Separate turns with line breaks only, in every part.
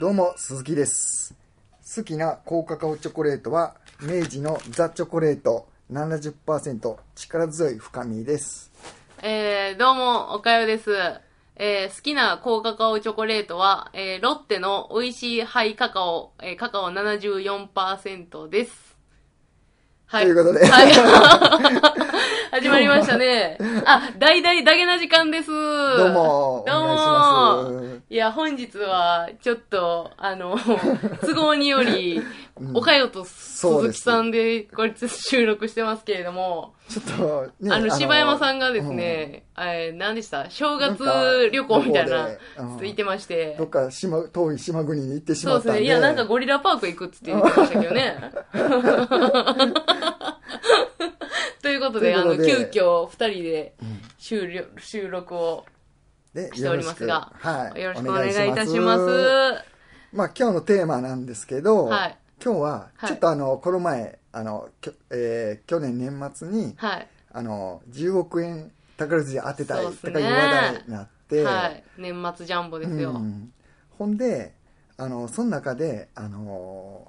どうも、鈴木です。好きな高カカオチョコレートは、明治のザ・チョコレート70%力強い深みです。
えー、どうも、おかよです。えー、好きな高カカオチョコレートは、えー、ロッテの美味しいハイカカオ、えー、カカオ74%です。はい。
ということで
はい。 始まりましたね。あ、大々だげな時間です。ど
どうも、お
どうも
願いします。
いや、本日は、ちょっと、あの、都合により、おかよと
そう
鈴
で
木
す
さんで、これ収録してますけれども、
ちょっと、ね
あの、柴山さんがですね、えー、何でした正月旅行みたいな、
なんか旅行でうん
ついてまして
ど。っか島、遠い島国に行ってし
そ
ま
う
っ
です
たんで。
ね。いや、なんかゴリラパーク行くっつって言ってましたけ どね。 ということで、
という
あ
こ
の、
と
急
で
遽二人で収録収録を
で
しております
よ
が
ろしくはい。
よろしくお願いいたします。
まあ今日のテーマなんですけど、
はい
今日は
はい
ちょっとあの、この前あの、きょえー去年年末に
はい。
あの10億円宝くじ当てたい
そうっ
と
すね
かいう話題になって、
はい。年末ジャンボですよ。
うんほんであのその中であの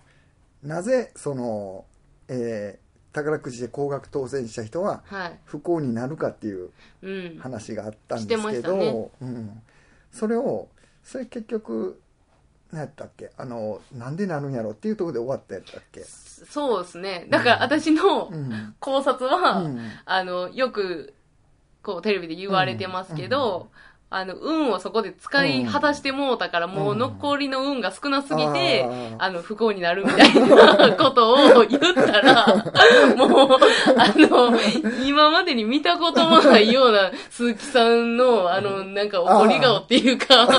なぜその、えー宝くじで高額当選した人は
はい。
不幸になるかっていう
うん。
話があったんですけど、
してま
うん、それをそれ結局何やったっけあのなんでなるんやろっていうところで終わったやったっけ、
そうですね。だから私の
うん
考察は、
うん
あの、よく、こう、テレビで言われてますけど、あの、運をそこで使い果たしてもうたから、もう残りの運が少なすぎて、
うん
あの、不幸になるみたいなことを言った ら、もう、あの、今までに見たこともないような鈴木さんの、あの、なんか怒り顔っていうか、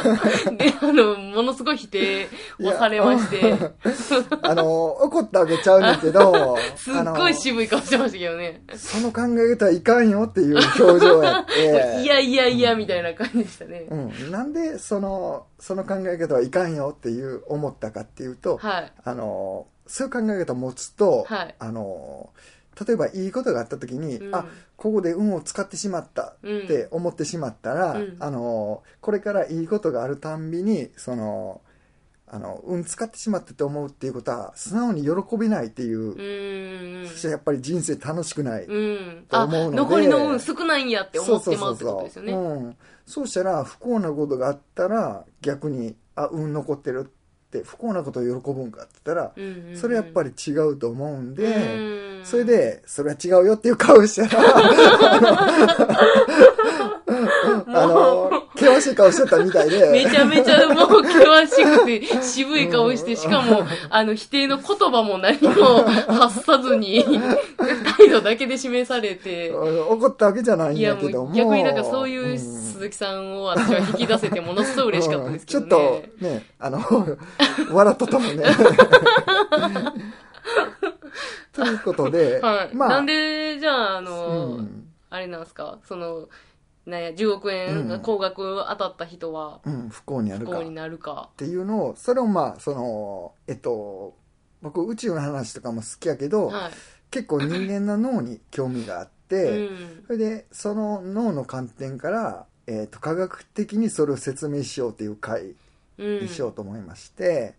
で、あの、ものすごい否定をされまして、
あの怒ったわけちゃうねんだけど
すっごい渋い顔してましたけどね。
あのその考え方はいかんよっていう表情やって
いやいやいや、みたいな感じでしたね。
うん、なんでそのその考え方はいかんよっていう思ったかっていうと、
はい。
あのそういう考え方を持つと、
はい
あの例えばいいことがあった時に、
うん
あここで運を使ってしまったって思ってしまったら、
うん
あのこれからいいことがあるたんびにそのあの運使ってしまったと思うっていうことは素直に喜べないっていう、
うーん
そしてやっぱり人生楽しくない、
うん。
と
あ、
思うので
残りの運少ないんやって思ってますってことですよね。
うん、そうしたら不幸なことがあったら逆にあ運残ってるって不幸なことを喜ぶんかって言ったら、
うんうん
それやっぱり違うと思うんで、
うん
それでそれは違うよっていう顔した らあの険しい顔してたみたいで
めちゃめちゃもう険しく て渋い顔して、しかも、あの、否定の言葉も何も発さずに、態度だけで示されて、
怒ったわけじゃないん
いや
だ
も
けども
う逆になんかそういう
うん
鈴木さんを私は引き出せてものすごい嬉しかったですけどね。
うんちょっとねあの 笑っとったも んねということで、
はい。
まあ
なんで、じゃあ、あの、
うん
あれなんですか、その、なんや、10億円が高額当たった人は、
うん、不幸にな
不
るかっ
幸になるか。
ていうのをそれをまあそのえっと僕宇宙の話とかも好きやけど、
はい。
結構人間の脳に興味があって、
うん
それでその脳の観点から、えっと科学的にそれを説明しようという回
うん
にしようと思いまして、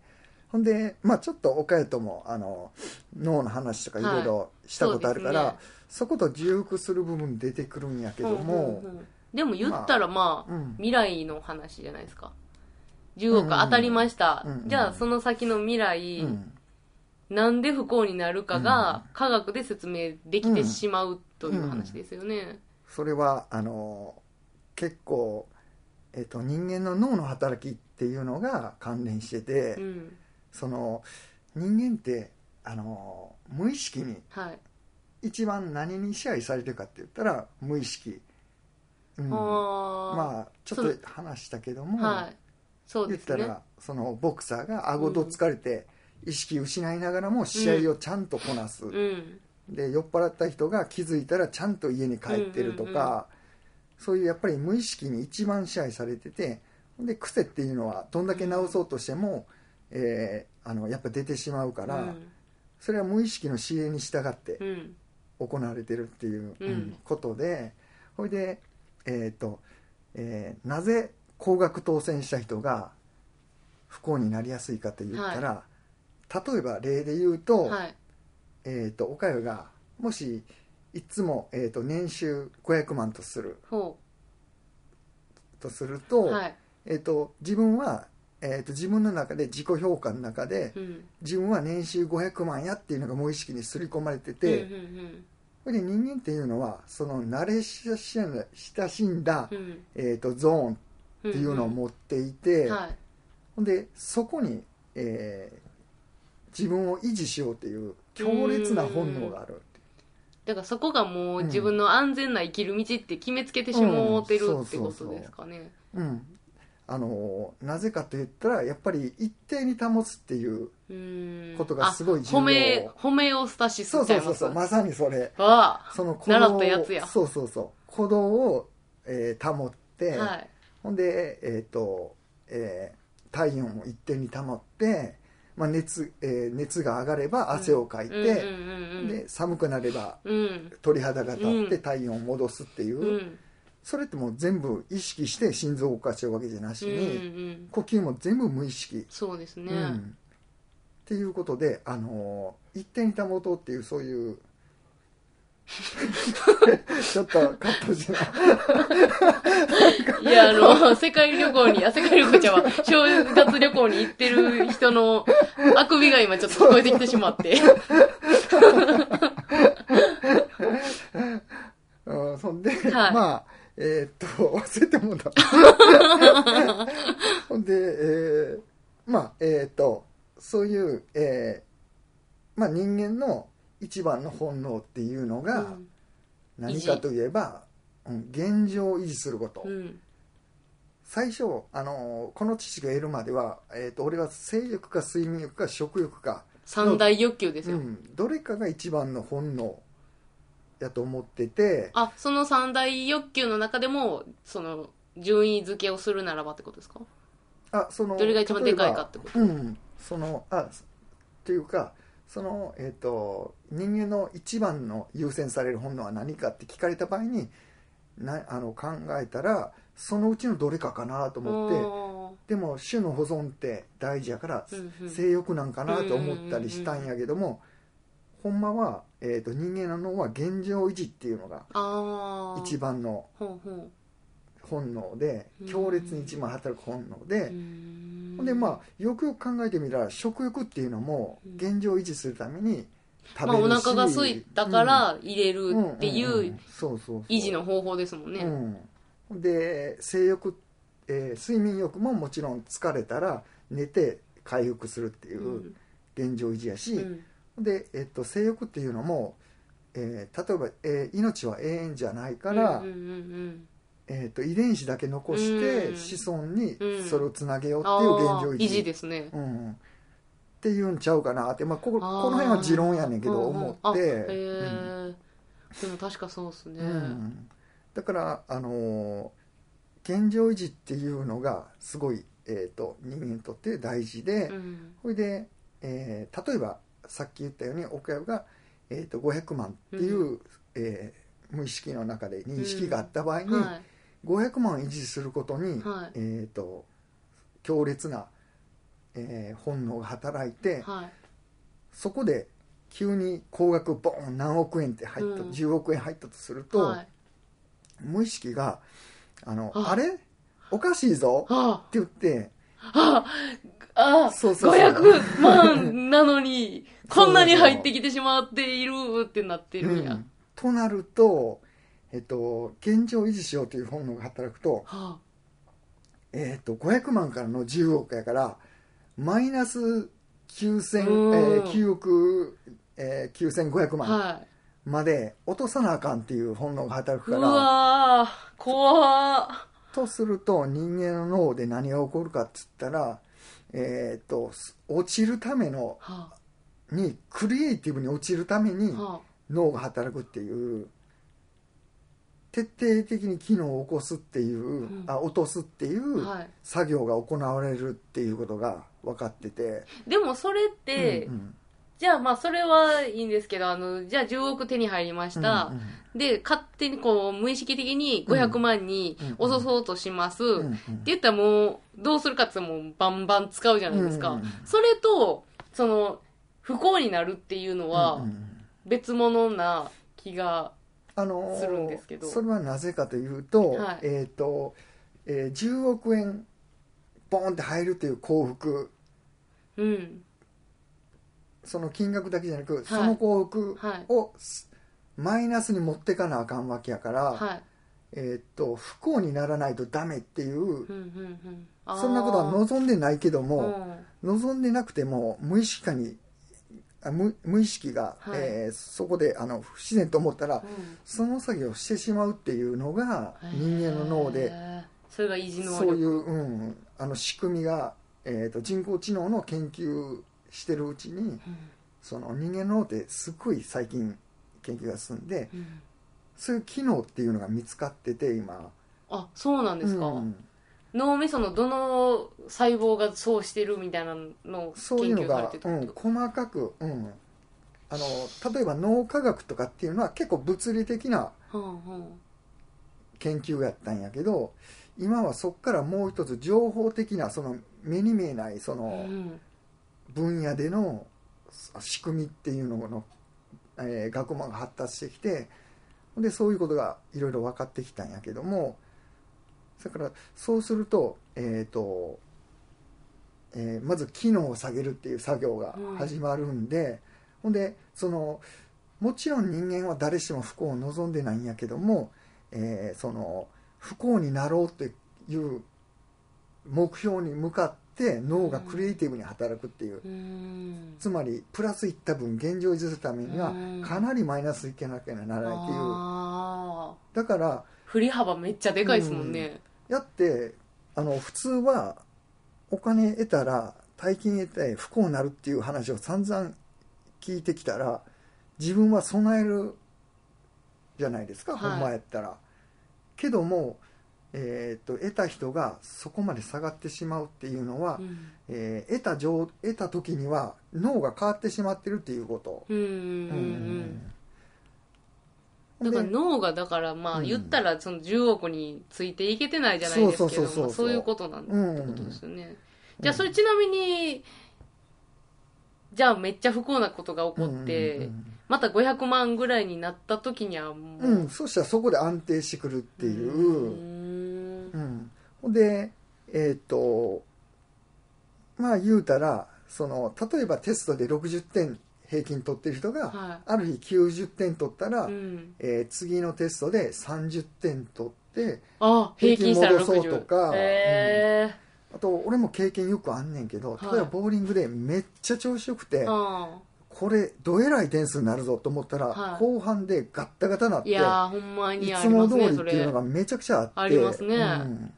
ほんで、まあ、ちょっと岡谷ともあの脳の話とかいろいろしたことあるから、
そうで
そこと重複する部分出てくるんやけども、
うんうんうんでも言ったらまあ、
うん
未来の話じゃないですか10億当たりました、
うんうんうん
じゃあその先の未来、
うん
なんで不幸になるかが科学で説明できてしまうという話ですよね、
それはあの結構、えっと人間の脳の働きっていうのが関連してて、
うん
その人間ってあの無意識に
はい、
一番何に支配されてるかって言ったら無意識、うん、ま
あ
あちょっと話したけど
あ
も、
はいそう
言
で
っ
す
た
ね
らそのボクサーが顎どつかれて意識失いながらも試合をちゃんとこなす、
うん
で酔っ払った人が気づいたらちゃんと家に帰ってるとか、
うんうんう
そういうやっぱり無意識に一番支配されててで癖っていうのはどんだけ直そうとしても、えーあのやっぱ出てしまうから、
うん
それは無意識の指令に従って
うん
行われてるっていう、
うん
ことでほいでえっ、と、ええーなぜ高額当選した人が不幸になりやすいかと言ったら、例えば例で言うと,、
はい。
えー、と岡山がもしいつも、えー、と年収500万とする
ほ
とすると,、
う。はい。
えー、と自分は、えー、と自分の中で自己評価の中で
うん。
自分は年収500万やっていうのが無意識に刷り込まれてて、
うんうん
それで人間っていうのはその慣れ親しんだ親しんだ、
うんうん。
えー、とゾーン
うん。
っていうのを持っていて、
うんはい。
ほんでそこに、えー自分を維持しようっていう強烈な本能がある
だからそこがもううん自分の安全な生きる道って決めつけてしもうてるってことですかね。
うん、あのーなぜかと言ったらやっぱり一定に保つっていう
うん。
ことがすごい
あ
重要
褒め、褒めをスタシス
そう
みた
そ
いうな
そうそう
わ
まさにそれ
あ。
その鼓
習ったやつや
そうそうそう鼓動を、えー保って、
はい。
ほんでえっ、と、えー体温を一定に保って、まあ熱えー熱が上がれば汗をかいて、
うんうんうんうん、
で寒くなれば
うん。
鳥肌が立っ
う
て
ん
体温を戻すっていう、
うん。うん
それってもう全部意識して心臓を動かしちゃうわけじゃなし
うんう
に、
ん。
呼吸も全部無意識、
そうですね。
うん、っていうことで、あのー一定に保とうっていうそういう ちょっとカットしない
いや、あの、世界旅行に、あ、世界旅行ちゃうわ、正月旅行に行ってる人のあくびが今ちょっと聞こえてきてしまって。
うん、そんで、
はい
まあえーっと忘れてもう たほんで、えーまあえーっとそういう、えーまあ、人間の一番の本能っていうの
う
が
ん
何かといえば、うん現状を維持すること、
うん。
最初、あのーこの知識を得るまでは、えーっと俺は性欲か睡眠欲か食欲か、
三大欲求です
う
よ。
ん、どれかが一番の本能やと思ってて
あ、その三大欲求の中でも、その、順位付けをするならばってことですか
あその
どれが一番でかいかってこと
例えばうんそのあというかそのえっ、と人間の一番の優先される本能は何かって聞かれた場合になあの考えたらそのうちのどれかかなと思って
思
でも種の保存って大事やから、
うんうん
性欲なんかなと思ったりしたんやけども、ほんまは、えー、と人間の脳は現状維持っていうのが
ああ。
一番の
ほうほう。
本能で
うん
強烈に一番働く本能で。
ほ
ほんでまあよくよく考えてみたら食欲っていうのも
うん
現状維持するために食べるし、
まあ、お腹が空いたから入れ
う
る
ん、うん
ってい
んん
う
そうそうそう
維持の方法ですもんね。
うんほんで性欲、えー睡眠欲ももちろん疲れたら寝て回復するっていう現状維持やし、
うん
ほんで、えっと、性欲っていうのも、えー例えば、えー命は永遠じゃないから、
うんうんうん
えっと遺伝子だけ残して
うん
子孫に
うん
それをつなげよう
う
っ
ん、
ていう現状
あー
維持
ですね。
うんうん、っていうんちゃうかなって、まあ、こここ
あー
の辺は持論やねんけど思
うんうんあ
って、
へえ、でも確かそうっすね。
うんうんだから、あのー現状維持っていうのがすごい、えー、と人間にとって大事で、
うん
それで、えー例えばさっき言ったように岡山が、えー、と500万っていう、えー無意識の中で認識があった場合に、
は
500万維持することに、
い。は
えー、と強烈な、えー本能が働いて、
い。はい。
そこで急に高額ボーン何億円って入った、
うん
10億円入ったとすると、
はい。
無意識が「あの
あ
あれおかしいぞ」っ
あ
て言って
あ、ああ、
そうそうそう
500万なのに、こんなに入ってきてしまっているってなってるんや。
う
は
んとなると、えっと、現状維持しようという本能が働くと,、
あ、
えっと500万からの10億やからマイナス9000、
うん
えー9億、えー9500万
はい。
まで落とさなあかんっていう本能が働く
う
から。
わー、怖ー。
とすると人間の脳で何が起こるかっつったら、えー、とす落ちるための
は
にクリエイティブに落ちるため
あ、
に
は
脳が働くっていう徹底的に機能を起こすっていう、
ん
あ落とすってい
あ、
う
はい。
作業が行われるっていうことが分かってて、
でもそれって
うんう、ん
じゃあまあそれはいいんですけど、あの、じゃあ10億手に入りました。で、勝手にこう、無意識的に500万に落とそうとします。
うんうん
って言ったらもう、どうするかって言ったらもうバンバン使うじゃないですか。
うんうんうん
それと、その、不幸になるっていうの
う
は
んうんうん
別物な気が、
あのー
するんですけど
それはなぜかというと,、
はい
えーとえー10億円ボーンって入るという幸福
うん。
その金額だけじゃなく、その幸福
はい。
をすマイナスに持ってかなあかんわけやから、
はい。
えー、と不幸にならないとダメっていう
うんうんうん。あー
そんなことは望んでないけど
う
も、
ん
望んでなくても無意識化にあ無無意識が、
はい
えーそこであの不自然と思ったら、
うん
その作業をしてしまうっていうのが人間の脳で。
へーそれが維持能力
そういう、うん、あの仕組みが、えー、と人工知能の研究してるうちに
うん
その人間の脳ってすごい最近研究が進んで
うん
そういう機能っていうのが見つかってて今
あそうなんですか、
うん
脳みそのどの細胞がそうしてるみたいなのを
そうい
研
うの
究され
が
て、た
う
って
ん
こ、と
細かく、うん、あの例えば脳科学とかっていうのは結構物理的な
うんうん
研究やったんやけど今はそこからもう一つ情報的なその目に見えないその、
うん
分野でのそ仕組みっていうのの、えー学問が発達してきてでそういうことがいろいろ分かってきたんやけどもだからそうすると,、えーとえーまず機能を下げるっていう作業が始まるんで、ほんでそのもちろん人間は誰しも不幸を望んでないんやけども、えーその不幸になろうっていう目標に向かって脳がクリエイティブに働くっていう、
うん
つまりプラスいった分現状を維持するためには
うん
かなりマイナスいけなきゃならないっていう
あ
だから
ー振り幅めっちゃでかいですもんね、
やってあの普通はお金得たら大金得て不幸になるっていう話を散々聞いてきたら自分は備えるじゃないですか、
はい
ほんまやったら。けども、えーっと得た人がそこまで下がってしまうっていうのは、
うん
えー得た状得た時には脳が変わってしまってるっていうこと。
うんうんうんだから
で
脳がだからまあ
うん
言ったらその10億についていけてないじゃないです
そう
け
そう
ど
そうそう
まあそういうことなんだ
うん
ってことですよね、じゃあそれちなみにじゃあめっちゃ不幸なことが起こって、また500万ぐらいになった時にはもう、
うん、そしたらそこで安定してくるっていう、うん
うーん
ほんでえっ、とまあ言うたらその例えばテストで60点平均取ってる人が、
は
ある日90点取ったら、
い、うん、
えー次のテストで30点取って
あ平均したら
平均戻そう
60
とか
え
あと俺も経験よくあんねんけど
はい
例えばボーリングでめっちゃ調子よくて、
えうん
これどえらい点数になるぞと思ったら、
はい
後半でガッタガタなって
いやーほんま
い
にあ
つ
り
も
ます
通りっ
ね
て
それ
いうのがめちゃくちゃあって
ありますね
うん、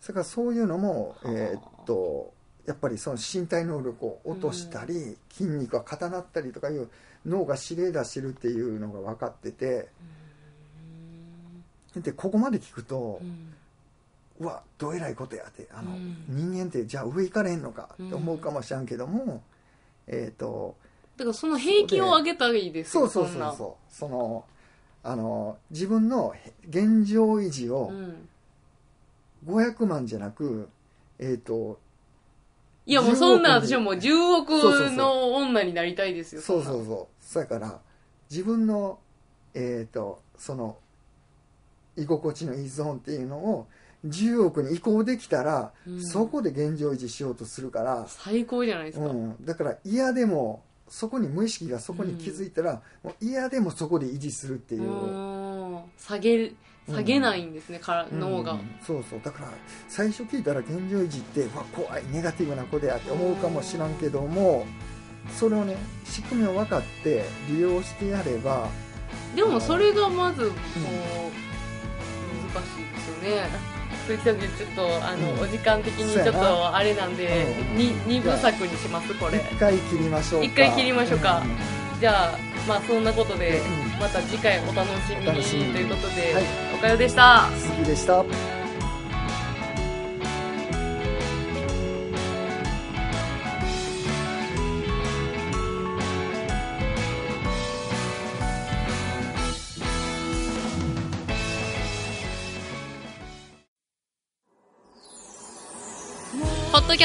それからそういうのも、
はあ
えーっとやっぱりその身体能力を落としたり、筋肉が固なったりとかいう脳が指令出してるっていうのが分かっててでここまで聞くと
う、ん
うわどえらいことやってあの、
うん
人間ってじゃあ上行かれへんのかって思うかもしれんけども、えーっと
だからその平均を上げたらいいです
そう
よ
そう
そ
そ
ん
う
な
そうそのあの自分の現状維持を
うん、
500万じゃなく、えっ、と
いやもうそん
10
な
億
私はもう10
そうそう
億
そう
の女になりたいですよ
そうそ
ん
うそうそやから自分のえっ、とその居心地のいいゾーンっていうのを10億に移行できたら、
うん
そこで現状維持しようとするから
な、最高じゃないですか、
うん、だから嫌でもそこに無意識がそこに気づいたら、もう嫌でもそこで維持するっていうう。
ーん下げる下げないんですね、から脳が、
うんそうそうだから最初聞いたら現状維持ってうわ怖いネガティブな子でやって思うかもしらんけどもそれをね仕組みを分かって利用してやれば
でもそれがまずこう、難しいですよね鈴木さんちょっとあの、
うん
お時間的にちょ
そ
っ
うや
とあれなんで、
うん
に二部作にしますこれ
一回切りましょうか
一回切りましょうかじゃあまあそんなことで、
うん
また次回お楽しみ
お
に
楽しみに
ということで、
はい
おかよでした
うん好きでした
ッドキ